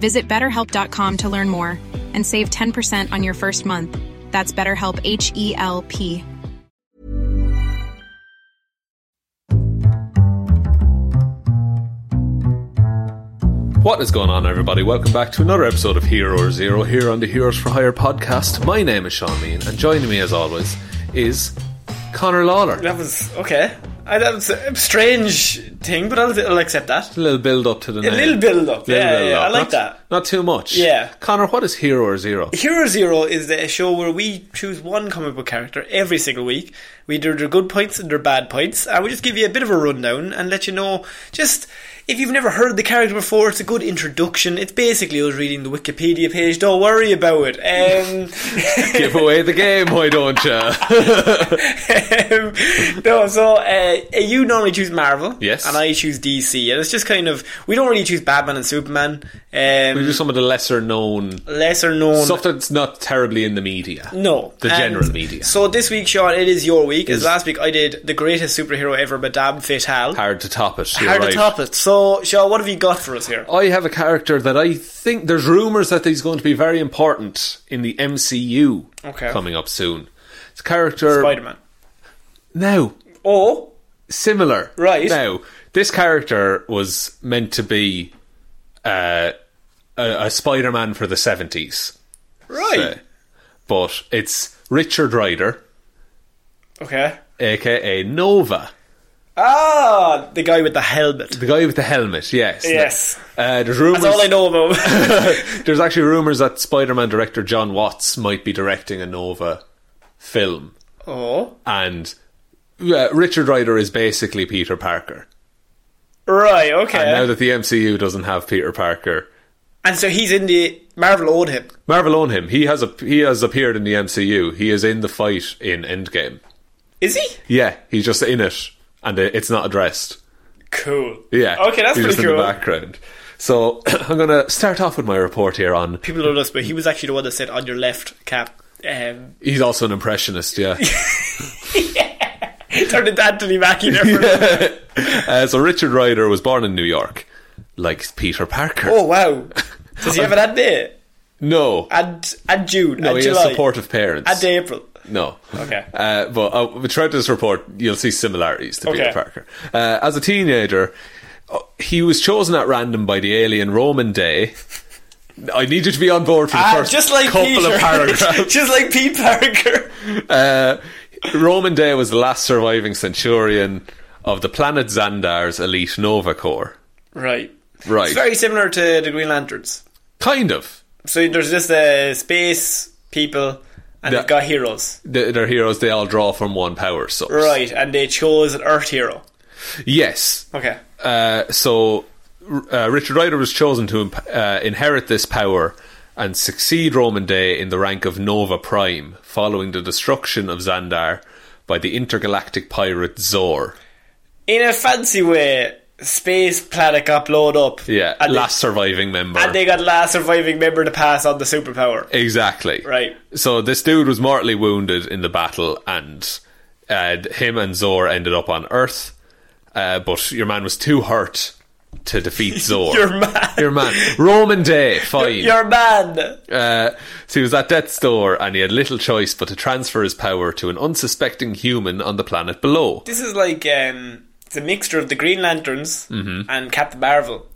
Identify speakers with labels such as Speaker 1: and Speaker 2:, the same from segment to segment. Speaker 1: Visit betterhelp.com to learn more and save 10% on your first month. That's BetterHelp H E L P.
Speaker 2: What is going on, everybody? Welcome back to another episode of Hero or Zero here on the Heroes for Hire podcast. My name is Sean Mean, and joining me as always is Connor Lawler.
Speaker 3: That was okay. I, that was a strange thing, but I'll, I'll accept that.
Speaker 2: A little build up to the
Speaker 3: A
Speaker 2: name.
Speaker 3: little build up.
Speaker 2: Little
Speaker 3: yeah,
Speaker 2: build
Speaker 3: yeah,
Speaker 2: up.
Speaker 3: I like
Speaker 2: Not-
Speaker 3: that.
Speaker 2: Not too much.
Speaker 3: Yeah.
Speaker 2: Connor, what is Hero or Zero?
Speaker 3: Hero Zero is a show where we choose one comic book character every single week. We do their good points and their bad points, and we just give you a bit of a rundown and let you know just if you've never heard the character before, it's a good introduction. It's basically us reading the Wikipedia page. Don't worry about it. Um,
Speaker 2: Give away the game, why don't you?
Speaker 3: um, no, so uh, you normally choose Marvel,
Speaker 2: Yes.
Speaker 3: and I choose DC, and it's just kind of we don't really choose Batman and Superman. Um,
Speaker 2: Do some of the lesser known
Speaker 3: lesser known
Speaker 2: stuff that's not terribly in the media.
Speaker 3: No,
Speaker 2: The
Speaker 3: And
Speaker 2: general media.
Speaker 3: So this week, Sean, it is your week. As
Speaker 2: Is-
Speaker 3: last week, I did the greatest superhero ever, Madame Fatale.
Speaker 2: Hard to top it. You're
Speaker 3: Hard
Speaker 2: right.
Speaker 3: to top it. So, Sean, what have you got for us here?
Speaker 2: I have a character that I think there's rumours that he's going to be very important in the MCU
Speaker 3: Okay.
Speaker 2: coming up soon. It's a character
Speaker 3: Spider Man.
Speaker 2: now
Speaker 3: Oh,
Speaker 2: similar.
Speaker 3: Right.
Speaker 2: Now, this character was meant to be uh, a, a Spider Man for the 70s.
Speaker 3: right.
Speaker 2: Uh, but it's Richard Ryder,
Speaker 3: Okay.
Speaker 2: aka Nova.
Speaker 3: Ah, the guy with the helmet.
Speaker 2: The guy with the helmet, yes.
Speaker 3: Yes.
Speaker 2: Uh, there's rumours.
Speaker 3: That's all I know about. him.
Speaker 2: There's actually rumours that Spider Man director John Watts might be directing a Nova film.
Speaker 3: oh,
Speaker 2: And uh, Richard Ryder is basically Peter Parker.
Speaker 3: right. Okay.
Speaker 2: And now
Speaker 3: And,
Speaker 2: that the MCU doesn't have Peter Parker,
Speaker 3: so he's in the Marvel owned him.
Speaker 2: Marvel own him. He has a, he has appeared in the MCU. He is in the fight in Endgame.
Speaker 3: Is he?
Speaker 2: Yeah, he's just in it, and it- it's not addressed.
Speaker 3: Cool.
Speaker 2: Yeah,
Speaker 3: Okay, that's
Speaker 2: he's
Speaker 3: pretty
Speaker 2: just in
Speaker 3: cool.
Speaker 2: the background. So I'm gonna start off with my report here on.
Speaker 3: People don't know this, but he was actually the one that said on your left cap. Um,
Speaker 2: He's also an impressionist. Yeah.
Speaker 3: turned into Anthony Mackie there for a minute.
Speaker 2: uh, so Richard Ryder was born in New York, like Peter Parker.
Speaker 3: Oh wow! Does he have an ad day?
Speaker 2: No,
Speaker 3: And and June
Speaker 2: no,
Speaker 3: and
Speaker 2: he
Speaker 3: July
Speaker 2: has supportive parents.
Speaker 3: and April.
Speaker 2: No.
Speaker 3: Okay.
Speaker 2: Uh, but uh, throughout this report, you'll see similarities to Peter
Speaker 3: Okay.
Speaker 2: Parker. Uh, as a teenager, uh, he was chosen at random by the alien Roman Day. I need you to be on board for the
Speaker 3: Ah,
Speaker 2: first
Speaker 3: just like
Speaker 2: couple
Speaker 3: Peter.
Speaker 2: of paragraphs.
Speaker 3: just like Pete Parker.
Speaker 2: uh, Roman Day was the last surviving centurion of the planet Xandar's elite Nova Corps.
Speaker 3: Right.
Speaker 2: Right.
Speaker 3: It's very similar to the Green Lanterns.
Speaker 2: Kind of.
Speaker 3: So there's just uh, space people, and
Speaker 2: Yeah.
Speaker 3: they've got heroes,
Speaker 2: Th- Their heroes, they all draw from one power source.
Speaker 3: right? And they chose an Earth hero.
Speaker 2: Yes.
Speaker 3: Okay.
Speaker 2: Uh, so uh, Richard Rider was chosen to imp- uh, inherit this power and succeed Roman Day in the rank of Nova Prime following the destruction of Xandar by the intergalactic pirate Zor.
Speaker 3: In a fancy way, space planet got blown up.
Speaker 2: Yeah,
Speaker 3: and
Speaker 2: last
Speaker 3: they,
Speaker 2: surviving member.
Speaker 3: and they got last surviving member to pass on the superpower.
Speaker 2: exactly.
Speaker 3: Right.
Speaker 2: So this dude was mortally wounded in the battle, and uh, him and Zor ended up on Earth. Uh, but your man was too hurt to defeat Zor.
Speaker 3: Your man.
Speaker 2: Your man. Roman Day, fine.
Speaker 3: Your man.
Speaker 2: Uh, so he was at death's door, and he had little choice but to transfer his power to an unsuspecting human on the planet below.
Speaker 3: This is like um, it's a mixture of the Green Lanterns
Speaker 2: Mm-hmm.
Speaker 3: and Captain Marvel.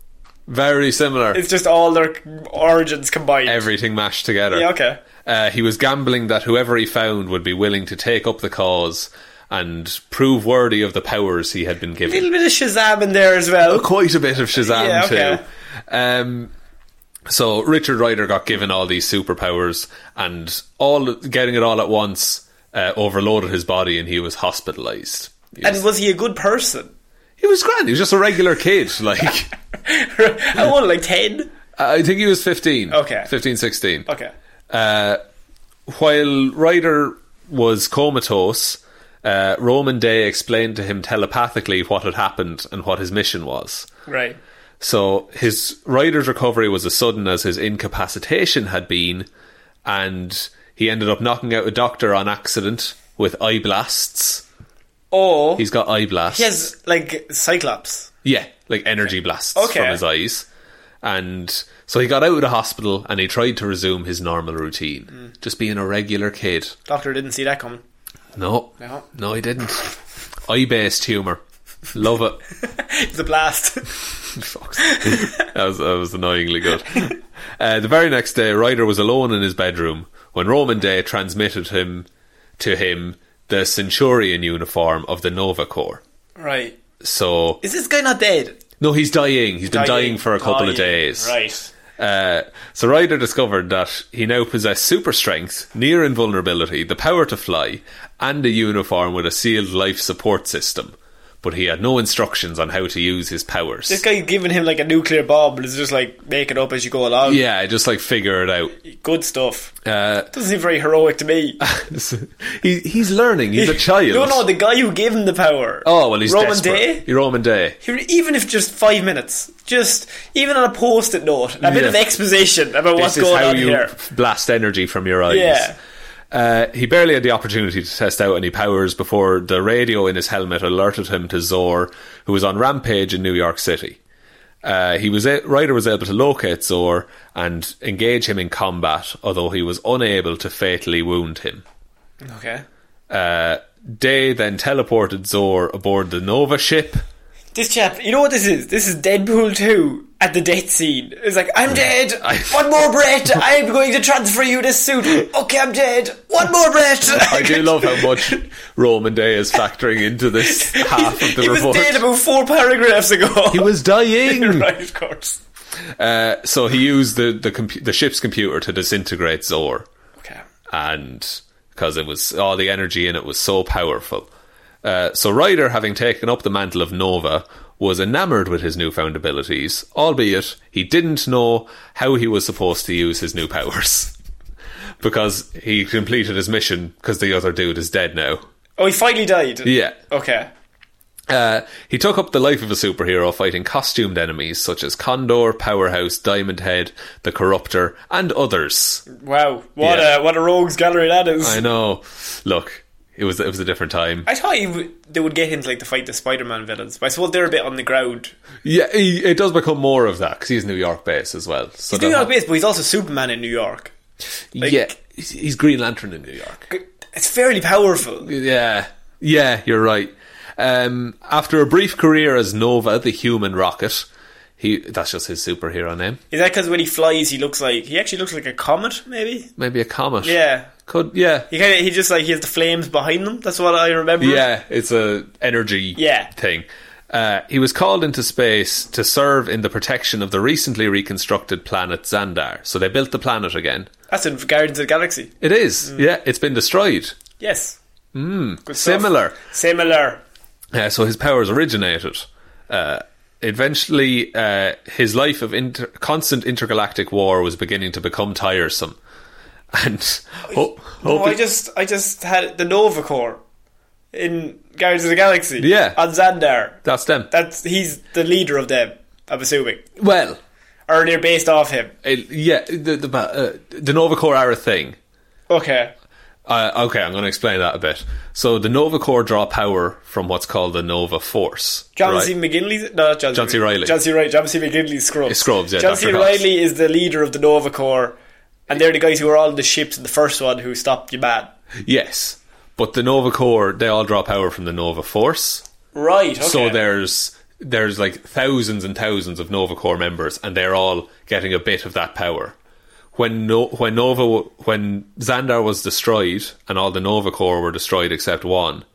Speaker 2: Very similar.
Speaker 3: It's just all their origins combined.
Speaker 2: Everything mashed together.
Speaker 3: Yeah, okay.
Speaker 2: Uh, he was gambling that whoever he found would be willing to take up the cause and prove worthy of the powers he had been
Speaker 3: A little
Speaker 2: given.
Speaker 3: bit of Shazam in there as well.
Speaker 2: Oh, Quite a bit of Shazam
Speaker 3: Yeah, okay.
Speaker 2: too. Um, so Richard Ryder got given all these superpowers, and all getting it all at once uh, overloaded his body, and he was hospitalized. He was
Speaker 3: And was he a good person?
Speaker 2: He was grand. He was just a regular kid. Like,
Speaker 3: How old? Like ten?
Speaker 2: I think he was 15.
Speaker 3: Okay.
Speaker 2: 15, 16.
Speaker 3: Okay.
Speaker 2: Uh, while Ryder was comatose, uh, Roman Day explained to him telepathically what had happened and what his mission was.
Speaker 3: Right.
Speaker 2: So his Ryder's recovery was as sudden as his incapacitation had been, and he ended up knocking out a doctor on accident with eye blasts.
Speaker 3: Or
Speaker 2: He's got eye blasts.
Speaker 3: he has like Cyclops.
Speaker 2: Yeah, like energy blasts
Speaker 3: Okay.
Speaker 2: from his eyes. And so he got out of the hospital and he tried to resume his normal routine,
Speaker 3: Hmm.
Speaker 2: just being a regular kid.
Speaker 3: Doctor didn't see that coming.
Speaker 2: No,
Speaker 3: No.
Speaker 2: no, he didn't. Eye based humour. Love it.
Speaker 3: It's a blast.
Speaker 2: Fuck. that, was, that was annoyingly good. Uh, the very next day, Ryder was alone in his bedroom when Roman Day transmitted him to him the Centurion uniform of the Nova Corps.
Speaker 3: right.
Speaker 2: So,
Speaker 3: Is this guy not dead?
Speaker 2: no, he's dying. He's been dying, for a couple of
Speaker 3: Dying.
Speaker 2: days.
Speaker 3: Right.
Speaker 2: Uh, so Ryder discovered that he now possessed super strength, near invulnerability, the power to fly, and a uniform with a sealed life support system. But he had no instructions on how to use his powers.
Speaker 3: This guy's giving him like a nuclear bomb and is just like making up as you go along.
Speaker 2: yeah, Uh, just like figure it out.
Speaker 3: Good stuff. Doesn't seem very heroic to me.
Speaker 2: he, he's learning. He's a child.
Speaker 3: No, no, the guy who gave him the power.
Speaker 2: oh well, he's
Speaker 3: Roman
Speaker 2: desperate.
Speaker 3: Day.
Speaker 2: Roman Day.
Speaker 3: Here, even if just five minutes, just even on a post-it note, a bit
Speaker 2: Yeah.
Speaker 3: of exposition about what's
Speaker 2: this is
Speaker 3: going
Speaker 2: how
Speaker 3: on
Speaker 2: you
Speaker 3: here.
Speaker 2: blast energy from your eyes.
Speaker 3: Yeah.
Speaker 2: Uh, he barely had the opportunity to test out any powers before the radio in his helmet alerted him to Zor, who was on rampage in New York City. Uh, he was a- Ryder was able to locate Zor and engage him in combat, although he was unable to fatally wound him.
Speaker 3: Okay.
Speaker 2: Uh, Day then teleported Zor aboard the Nova ship.
Speaker 3: This chap, you know what this is? This is Deadpool 2 at the death scene. It's like, I'm dead! One more breath! I'm going to transfer you this suit! Okay, I'm dead! One more breath!
Speaker 2: I do love how much Roman Day is factoring into this half of the
Speaker 3: He was
Speaker 2: report.
Speaker 3: dead about four paragraphs ago!
Speaker 2: he was dying.
Speaker 3: right, of course.
Speaker 2: Uh, so he used the the, compu the ship's computer to disintegrate Zor,
Speaker 3: Okay.
Speaker 2: and because it was all the energy in it was so powerful. Uh, so Ryder, having taken up the mantle of Nova, was enamored with his newfound abilities, albeit he didn't know how he was supposed to use his new powers. because he completed his mission because the other dude is dead now.
Speaker 3: Oh, he finally died?
Speaker 2: Yeah.
Speaker 3: Okay.
Speaker 2: Uh, he took up the life of a superhero fighting costumed enemies such as Condor, Powerhouse, Diamond Head, the Corruptor, and others.
Speaker 3: Wow. What
Speaker 2: Yeah.
Speaker 3: a what a rogues gallery that is.
Speaker 2: I
Speaker 3: I,
Speaker 2: know. Look, it was it was a different time.
Speaker 3: thought he w- they would get him to like to fight the Spider-Man villains, but I suppose they're a bit on the ground.
Speaker 2: Yeah, he, it does become more of that because he's New York based as well. So
Speaker 3: He's New
Speaker 2: that-
Speaker 3: York based, but he's also Superman in New York.
Speaker 2: yeah, he's- he's Green Lantern in New York.
Speaker 3: It's fairly powerful.
Speaker 2: Yeah, yeah, you're right. Um, after a brief career as Nova, the Human Rocket, he—that's just his superhero name.
Speaker 3: Is that because when he flies, he looks like he actually looks like a comet? Maybe.
Speaker 2: Maybe a comet.
Speaker 3: Yeah.
Speaker 2: could yeah.
Speaker 3: He kind of he just like he has the flames behind him. That's what I remember.
Speaker 2: Yeah, it's a energy
Speaker 3: Uh-huh. Yeah.
Speaker 2: thing. Uh, he was called into space to serve in the protection of the recently reconstructed planet Xandar. So they built the planet again.
Speaker 3: That's in Guardians of the Galaxy.
Speaker 2: It
Speaker 3: Mm.
Speaker 2: is, yeah, it's been destroyed.
Speaker 3: Yes. Mm,
Speaker 2: Similar.
Speaker 3: Similar.
Speaker 2: Uh, so his powers originated. Uh, eventually, uh, his life of inter- constant intergalactic war was beginning to become tiresome. And ho-
Speaker 3: No, I
Speaker 2: hoping-
Speaker 3: just I just had the Nova Corps in Guardians of the Galaxy.
Speaker 2: Yeah.
Speaker 3: On Xandar.
Speaker 2: that's them.
Speaker 3: That's he's the leader of them, I'm assuming.
Speaker 2: well,
Speaker 3: Or they're based off him.
Speaker 2: it- yeah, the the, uh, the Nova Corps are a thing.
Speaker 3: Okay.
Speaker 2: Uh, okay, I'm going to explain that a bit. So the Nova Corps draw power from what's called the Nova Force.
Speaker 3: John
Speaker 2: right?
Speaker 3: C. McGinley's no, not John,
Speaker 2: John C. Reilly.
Speaker 3: John C. Reilly. John C. McGinley's Scrubs.
Speaker 2: It's Scrubs, yeah,
Speaker 3: John
Speaker 2: Dr.
Speaker 3: C.
Speaker 2: House.
Speaker 3: Reilly is the leader of the Nova Corps, and they're the guys who were on the ships in the first one who stopped your man.
Speaker 2: Yes, but the Nova Corps they all draw power from the Nova Force.
Speaker 3: Right. Okay.
Speaker 2: So there's there's like thousands and thousands of Nova Corps members, and they're all getting a bit of that power. When no, when Nova w- when Xandar was destroyed and all the Nova Corps were destroyed except one,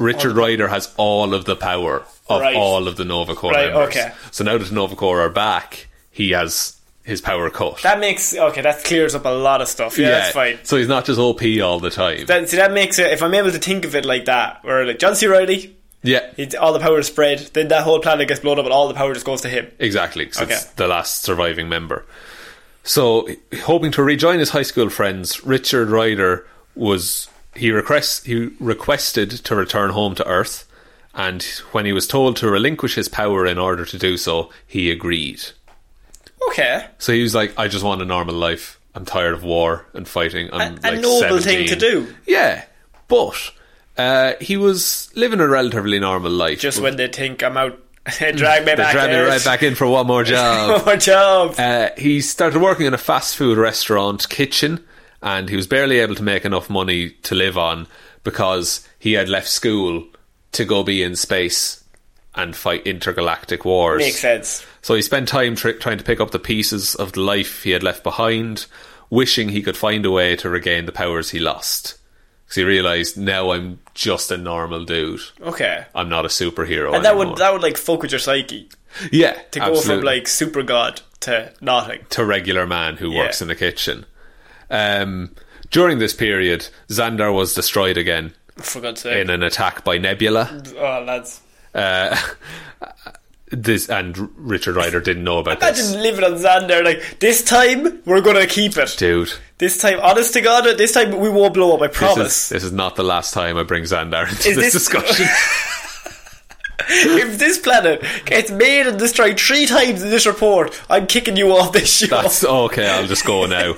Speaker 2: Richard Ryder has all of the power of
Speaker 3: Right.
Speaker 2: all of the Nova Corps
Speaker 3: Right,
Speaker 2: members.
Speaker 3: okay.
Speaker 2: So now that the Nova Corps are back, he has his power cut.
Speaker 3: that makes okay. That clears up a lot of stuff. Yeah, that's fine.
Speaker 2: So he's not just OP all the time.
Speaker 3: That, see, that makes it. If I'm able to think of it like that, where like John C. Reilly,
Speaker 2: yeah,
Speaker 3: It's all the power is spread. Then that whole planet gets blown up, and all the power just goes to him.
Speaker 2: Exactly, 'cause it's
Speaker 3: Okay.
Speaker 2: the last surviving member. So, hoping to rejoin his high school friends, Richard Ryder was he requests he requested to return home to Earth, and when he was told to relinquish his power in order to do so, he agreed.
Speaker 3: Okay,
Speaker 2: So he was like, "I just want a normal life. I'm tired of war and fighting. I'm
Speaker 3: A- a
Speaker 2: like
Speaker 3: noble
Speaker 2: 17."
Speaker 3: thing to do.
Speaker 2: Yeah, but uh, he was living a relatively normal life.
Speaker 3: just when they think I'm out, they drag me
Speaker 2: they
Speaker 3: back.
Speaker 2: drag me
Speaker 3: there.
Speaker 2: right back in for one more job.
Speaker 3: One more job.
Speaker 2: Uh, he started working in a fast food restaurant kitchen and he was barely able to make enough money to live on because he had left school to go be in space and fight intergalactic wars.
Speaker 3: Makes sense.
Speaker 2: So he spent time tr- trying to pick up the pieces of the life he had left behind, wishing he could find a way to regain the powers he lost. Because he realised, now I'm just a normal dude.
Speaker 3: Okay,
Speaker 2: I'm not a superhero.
Speaker 3: and that
Speaker 2: anymore.
Speaker 3: would that would like fuck with your psyche
Speaker 2: yeah,
Speaker 3: to go from
Speaker 2: absolutely.
Speaker 3: like super god to nothing.
Speaker 2: to regular man who
Speaker 3: Yeah.
Speaker 2: works in the kitchen. Um, during this period, Xandar was destroyed again
Speaker 3: For God's sake,
Speaker 2: in an attack by Nebula.
Speaker 3: oh lads,
Speaker 2: Uh, this and R- Richard Ryder didn't know about this.
Speaker 3: imagine living on Xander. Like this time, we're gonna keep it.
Speaker 2: Dude,
Speaker 3: This time, honest to God, this time we won't blow up. I
Speaker 2: this
Speaker 3: promise.
Speaker 2: is, this is not the last time I bring Xandar into
Speaker 3: Is
Speaker 2: this,
Speaker 3: this-
Speaker 2: discussion.
Speaker 3: if this planet gets made and destroyed three times in this report, I'm kicking you off this show.
Speaker 2: That's okay, I'll just go now.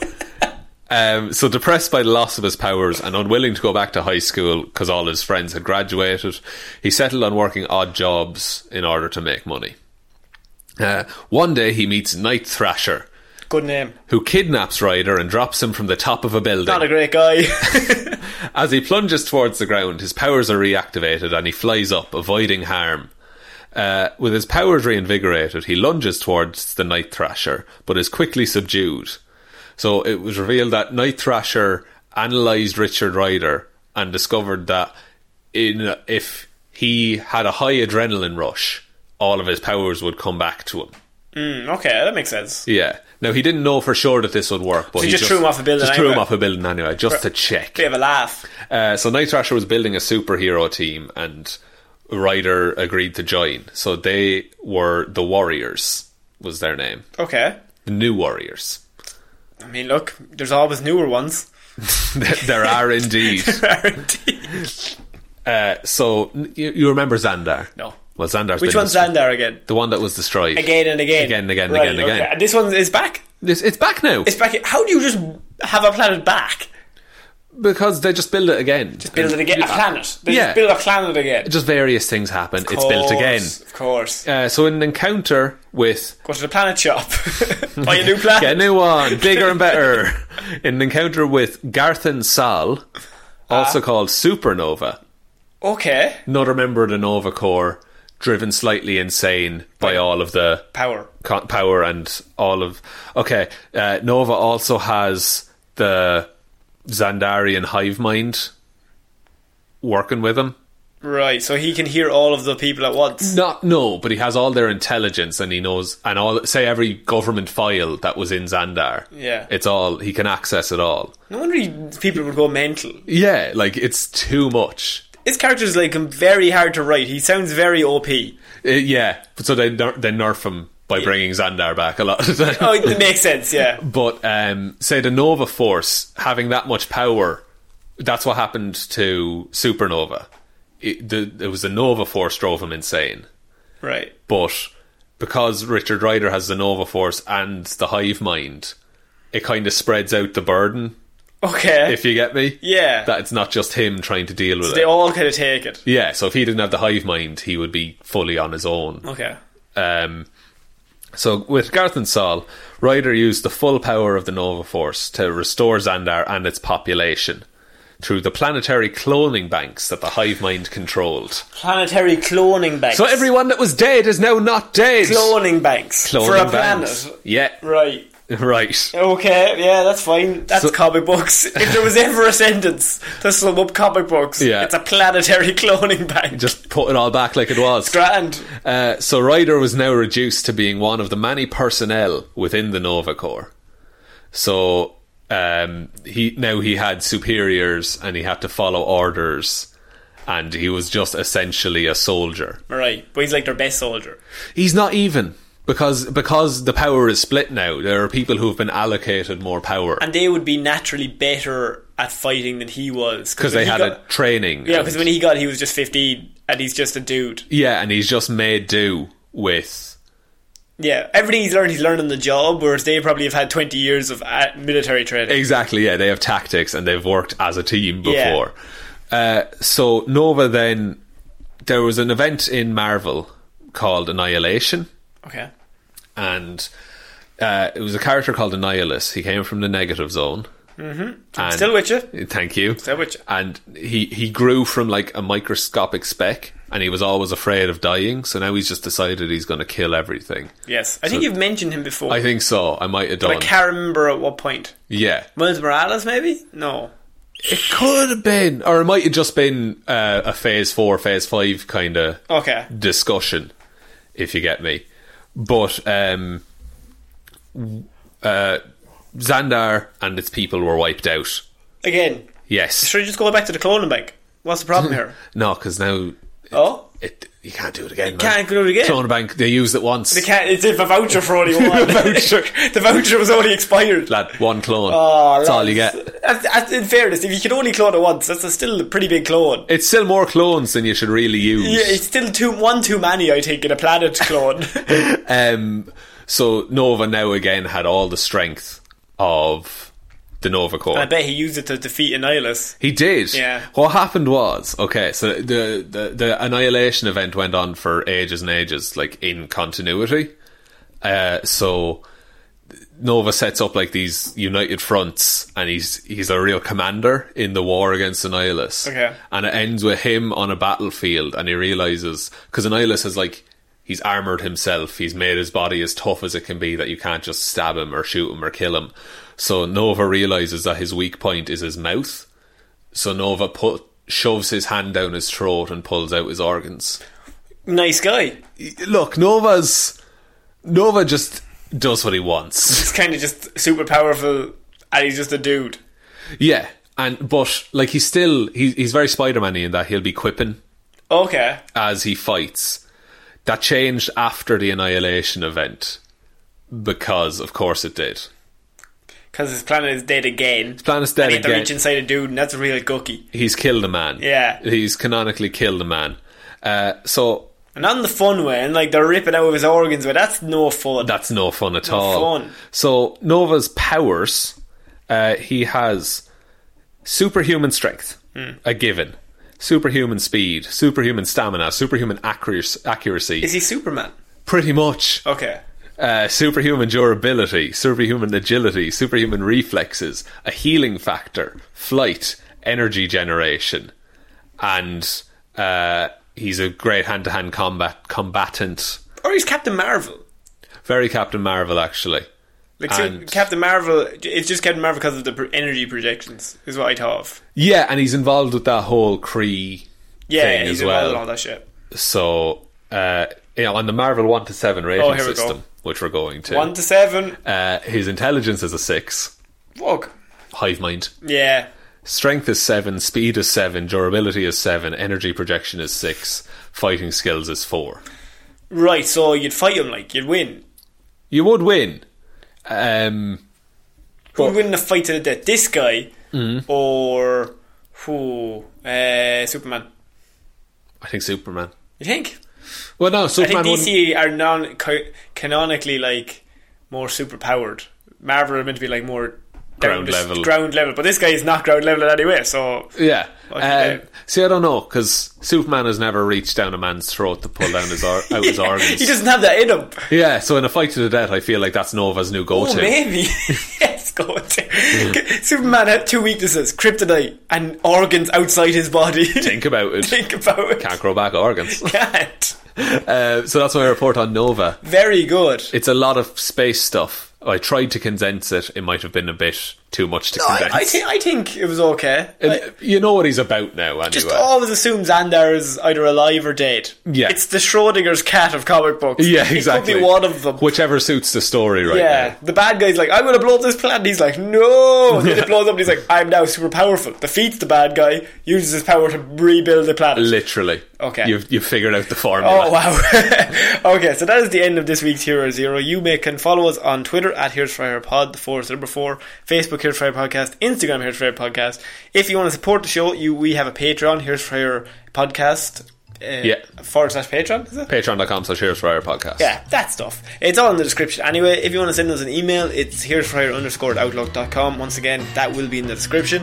Speaker 2: Um, so, depressed by the loss of his powers and unwilling to go back to high school because all his friends had graduated, he settled on working odd jobs in order to make money. Uh, one day he meets Night Thrasher,
Speaker 3: Good name.
Speaker 2: who kidnaps Ryder and drops him from the top of a building.
Speaker 3: Not a great guy.
Speaker 2: As he plunges towards the ground, his powers are reactivated and he flies up, avoiding harm. Uh, with his powers reinvigorated, he lunges towards the Night Thrasher, but is quickly subdued. So it was revealed that Night Thrasher analysed Richard Ryder and discovered that in, if he had a high adrenaline rush, all of his powers would come back to him.
Speaker 3: Mm, okay, that makes sense.
Speaker 2: Yeah. Now he didn't know for sure that this would work, but
Speaker 3: he just threw him off a building
Speaker 2: Just threw him
Speaker 3: anyway.
Speaker 2: off a building anyway, just to check.
Speaker 3: Bit of a laugh.
Speaker 2: Uh, so Night Thrasher was building a superhero team, and Ryder agreed to join. So they were the Warriors, was their name,
Speaker 3: Okay.
Speaker 2: the New Warriors.
Speaker 3: I mean, look, there's always newer ones.
Speaker 2: there are indeed. Uh, so n- you, you remember Xandar?
Speaker 3: No.
Speaker 2: Well, Xandar's
Speaker 3: Which
Speaker 2: been
Speaker 3: one's
Speaker 2: destro-
Speaker 3: Xandar again?
Speaker 2: The one that was destroyed
Speaker 3: Again and again.
Speaker 2: again, and again, and
Speaker 3: Right,
Speaker 2: again, and
Speaker 3: okay.
Speaker 2: again.
Speaker 3: And this one is back?
Speaker 2: It's, it's back now
Speaker 3: It's back. How do you just have a planet back?
Speaker 2: because they just build it again. Just
Speaker 3: Build it again. A planet. They
Speaker 2: yeah.
Speaker 3: just build a planet again.
Speaker 2: Just various things happen. It's built again.
Speaker 3: Of course, Of course.
Speaker 2: Uh, so in an encounter with
Speaker 3: Go to the planet shop. Buy a new planet.
Speaker 2: Get a new one, bigger and better. In an encounter with Garthan Sal, also called Supernova,
Speaker 3: Okay.
Speaker 2: another member of the Nova Corps, driven slightly insane by all of the
Speaker 3: Power.
Speaker 2: co- power and all of. Okay, uh, Nova also has the Zandarian hive mind working with him.
Speaker 3: Right, so he can hear all of the people at once.
Speaker 2: Not no, but he has all their intelligence and he knows and all say every government file that was in Xandar.
Speaker 3: Yeah.
Speaker 2: It's all he can access it all.
Speaker 3: No wonder he, people would go mental.
Speaker 2: Yeah, like it's too much.
Speaker 3: His character's like very hard to write. He sounds very OP.
Speaker 2: Uh, yeah. So they ner- they nerf him by bringing Xandar back a lot of the time.
Speaker 3: Oh, it makes sense, yeah.
Speaker 2: But um, say the Nova Force having that much power, that's what happened to Supernova. It, the, it was the Nova Force drove him insane.
Speaker 3: Right.
Speaker 2: But because Richard Ryder has the Nova Force and the Hive Mind, it kind of spreads out the burden,
Speaker 3: Okay.
Speaker 2: if you get me.
Speaker 3: Yeah.
Speaker 2: That it's not just him trying to deal with
Speaker 3: So
Speaker 2: it.
Speaker 3: they all kind of take it.
Speaker 2: yeah, so if he didn't have the Hive Mind, he would be fully on his own.
Speaker 3: Okay.
Speaker 2: Um, so with Garth and Sol, Ryder used the full power of the Nova Force to restore Xandar and its population through the planetary cloning banks that the Hive Mind controlled.
Speaker 3: Planetary cloning banks.
Speaker 2: So everyone that was dead is now not dead.
Speaker 3: Cloning banks.
Speaker 2: Cloning
Speaker 3: for a
Speaker 2: banks.
Speaker 3: planet.
Speaker 2: Yeah.
Speaker 3: Right.
Speaker 2: Right.
Speaker 3: Okay, yeah, that's fine. That's
Speaker 2: So-
Speaker 3: comic books. If there was ever a sentence to sum up comic books,
Speaker 2: Yeah.
Speaker 3: it's a planetary cloning bank.
Speaker 2: Just put it all back like it was.
Speaker 3: grand.
Speaker 2: Uh, so Ryder was now reduced to being one of the many personnel within the Nova Corps. So um, he now he had superiors and he had to follow orders, and he was just essentially a soldier.
Speaker 3: Right, but he's like their best soldier.
Speaker 2: He's not even because because the power is split now. There are people who have been allocated more power
Speaker 3: And they would be naturally better at fighting than he was.
Speaker 2: because
Speaker 3: when
Speaker 2: they
Speaker 3: he
Speaker 2: had
Speaker 3: got,
Speaker 2: a training.
Speaker 3: Yeah,
Speaker 2: and-
Speaker 3: because when he got, he was just 15, and he's just a dude.
Speaker 2: yeah, and he's just made do with
Speaker 3: Yeah, everything he's learned, he's learned on the job, whereas they probably have had 20 years of uh, military training.
Speaker 2: Exactly, yeah. They have tactics and they've worked as a team
Speaker 3: Yeah.
Speaker 2: before. Uh, so Nova then there was an event in Marvel called Annihilation
Speaker 3: Okay.
Speaker 2: and uh, it was a character called Annihilus. He came from the negative zone. Mm-hmm. And
Speaker 3: Still with you.
Speaker 2: Thank you.
Speaker 3: Still with you.
Speaker 2: And he, he grew from like a microscopic speck and he was always afraid of dying, so now he's just decided he's gonna kill everything.
Speaker 3: Yes. I think you've mentioned him before.
Speaker 2: I think so. I might have
Speaker 3: but I
Speaker 2: done.
Speaker 3: can't remember at what point.
Speaker 2: yeah.
Speaker 3: Miles Morales, maybe? No.
Speaker 2: It could have been, or it might have just been uh, a phase four, phase five kind of
Speaker 3: Okay.
Speaker 2: discussion, if you get me. But um, uh, Xandar and its people were wiped out.
Speaker 3: Again,
Speaker 2: Yes.
Speaker 3: should we just go back to the cloning bank? What's the problem here?
Speaker 2: No, because now
Speaker 3: oh?
Speaker 2: it, you can't do it again. You
Speaker 3: can't do it again.
Speaker 2: Clone Bank, they used it once.
Speaker 3: They can't, it's a voucher for only one.
Speaker 2: Voucher.
Speaker 3: the voucher was only expired.
Speaker 2: Lad, one clone.
Speaker 3: Oh,
Speaker 2: that's all you
Speaker 3: lads.
Speaker 2: get.
Speaker 3: That's- that's- in fairness, if you can only clone it once, that's a still a pretty big clone.
Speaker 2: It's still more clones than you should really use.
Speaker 3: Yeah, it's still too one too many, I think, in a planet clone.
Speaker 2: Um, so Nova now again had all the strength of the Nova Corps.
Speaker 3: I bet he used it to defeat Annihilus.
Speaker 2: He did.
Speaker 3: Yeah.
Speaker 2: What happened was okay. So the, the the annihilation event went on for ages and ages, like in continuity. Uh, so Nova sets up like these united fronts, and he's he's a real commander in the war against Annihilus.
Speaker 3: Okay.
Speaker 2: And it ends with him on a battlefield, and he realizes because Annihilus is like. He's armored himself. He's made his body as tough as it can be that you can't just stab him or shoot him or kill him. So Nova realizes that his weak point is his mouth. So Nova put shoves his hand down his throat and pulls out his organs.
Speaker 3: Nice guy.
Speaker 2: Look, Nova's Nova just does what he wants.
Speaker 3: He's kind of just super powerful, and he's just a dude.
Speaker 2: yeah, and but like he's still he's he's very Spider Man in that he'll be quipping
Speaker 3: Okay.
Speaker 2: as he fights. That changed after the annihilation event because, of course, it did.
Speaker 3: Because his planet is dead again. His
Speaker 2: planet's dead
Speaker 3: and he had to
Speaker 2: again.
Speaker 3: reach inside a dude, and that's real gucky.
Speaker 2: He's killed a man.
Speaker 3: Yeah.
Speaker 2: he's canonically killed a man. Uh, so
Speaker 3: And on the fun way, and like they're ripping out of his organs, but that's no fun.
Speaker 2: That's no fun at all.
Speaker 3: fun.
Speaker 2: So Nova's powers, uh, he has superhuman strength,
Speaker 3: Hmm.
Speaker 2: a given, superhuman speed, superhuman stamina, superhuman accuracy, accuracy
Speaker 3: is he Superman?
Speaker 2: pretty much,
Speaker 3: Okay.
Speaker 2: uh, superhuman durability, superhuman agility, superhuman reflexes, a healing factor, flight, energy generation, and uh, he's a great hand-to-hand combat combatant.
Speaker 3: Or he's Captain Marvel.
Speaker 2: Very Captain Marvel, actually.
Speaker 3: Like so
Speaker 2: And-
Speaker 3: Captain Marvel, it's just Captain Marvel because of the pr- energy projections, is what I thought of.
Speaker 2: Yeah, and he's involved with that whole Cree
Speaker 3: yeah,
Speaker 2: thing
Speaker 3: he's
Speaker 2: as
Speaker 3: involved in
Speaker 2: well.
Speaker 3: all that shit.
Speaker 2: So, uh, you know, on the Marvel 1 to 7 rating
Speaker 3: Oh, here we go.
Speaker 2: system, which we're going to,
Speaker 3: One to seven.
Speaker 2: uh, his intelligence is a 6,
Speaker 3: Fuck.
Speaker 2: hive mind.
Speaker 3: Yeah.
Speaker 2: Strength is 7, speed is 7, durability is 7, energy projection is 6, fighting skills is 4.
Speaker 3: Right, so you'd fight him like you'd win.
Speaker 2: You would win. Um,
Speaker 3: Who'd win the fight to the death? This guy
Speaker 2: Mm-hmm.
Speaker 3: or who? Uh, Superman.
Speaker 2: I think Superman.
Speaker 3: You think?
Speaker 2: Well, no,
Speaker 3: I think
Speaker 2: Superman wouldn't-
Speaker 3: DC are non ca- canonically like more super powered. Marvel are meant to be like more down
Speaker 2: Ground
Speaker 3: to s-
Speaker 2: level.
Speaker 3: ground level, but this guy is not ground level in any way. So
Speaker 2: Yeah.
Speaker 3: Like, uh,
Speaker 2: Um, see, I don't know because Superman has never reached down a man's throat to pull down his or- out his organs.
Speaker 3: he doesn't have that in him.
Speaker 2: yeah. So in a fight to the death, I feel like that's Nova's new
Speaker 3: Oh,
Speaker 2: go-to.
Speaker 3: maybe. Let's go. to- Superman had two weaknesses: kryptonite and organs outside his body.
Speaker 2: Think about it.
Speaker 3: Think about it.
Speaker 2: Can't grow back organs.
Speaker 3: Can't.
Speaker 2: Uh, so that's my report on Nova.
Speaker 3: Very good.
Speaker 2: It's a lot of space stuff. I tried to condense it. It might have been a bit too much to
Speaker 3: I,
Speaker 2: condense.
Speaker 3: I, thi- I think it was okay.
Speaker 2: And,
Speaker 3: I-
Speaker 2: uh, you know what he's about now, anyway.
Speaker 3: just always assume Xandar is either alive or dead.
Speaker 2: Yeah.
Speaker 3: It's the Schrodinger's cat of comic books.
Speaker 2: yeah, exactly.
Speaker 3: It could be one of them.
Speaker 2: Whichever suits the story right
Speaker 3: yeah.
Speaker 2: now.
Speaker 3: The bad guy's like, I'm going to blow up this planet. He's like, no. And then it blows up and he's like, I'm now super powerful. Defeats the bad guy, uses his power to rebuild the planet.
Speaker 2: Literally.
Speaker 3: Okay.
Speaker 2: You've, you've figured out the formula.
Speaker 3: Oh wow! okay, so that is the end of this week's Hero Zero. You may can follow us on Twitter at Here's Fire Pod, the four is number four, Facebook Here's Fire Podcast, Instagram Here's Fire Podcast. If you want to support the show, you we have a Patreon Here's Fire Podcast. Uh,
Speaker 2: Yeah.
Speaker 3: Forward slash Patreon. Is it?
Speaker 2: Patreon.com slash Heroes for Hire podcast.
Speaker 3: Yeah, that stuff. It's all in the description. Anyway, if you want to send us an email, it's heresfire underscore outlook.com. Once again, that will be in the description.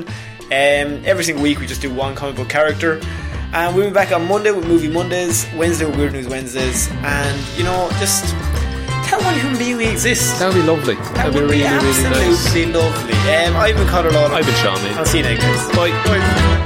Speaker 3: Um, every single week, we just do one comic book character. And we'll be back on Monday with Movie Mondays, Wednesday with Weird News Wednesdays. And, you know, just tell one human being we exist.
Speaker 2: That would be lovely. That would be
Speaker 3: would
Speaker 2: really, really
Speaker 3: absolutely
Speaker 2: nice.
Speaker 3: lovely. Um, I've been Conor Lawler.
Speaker 2: I've been Sean, mate.
Speaker 3: I'll see you next guys.
Speaker 2: Bye.
Speaker 3: Bye.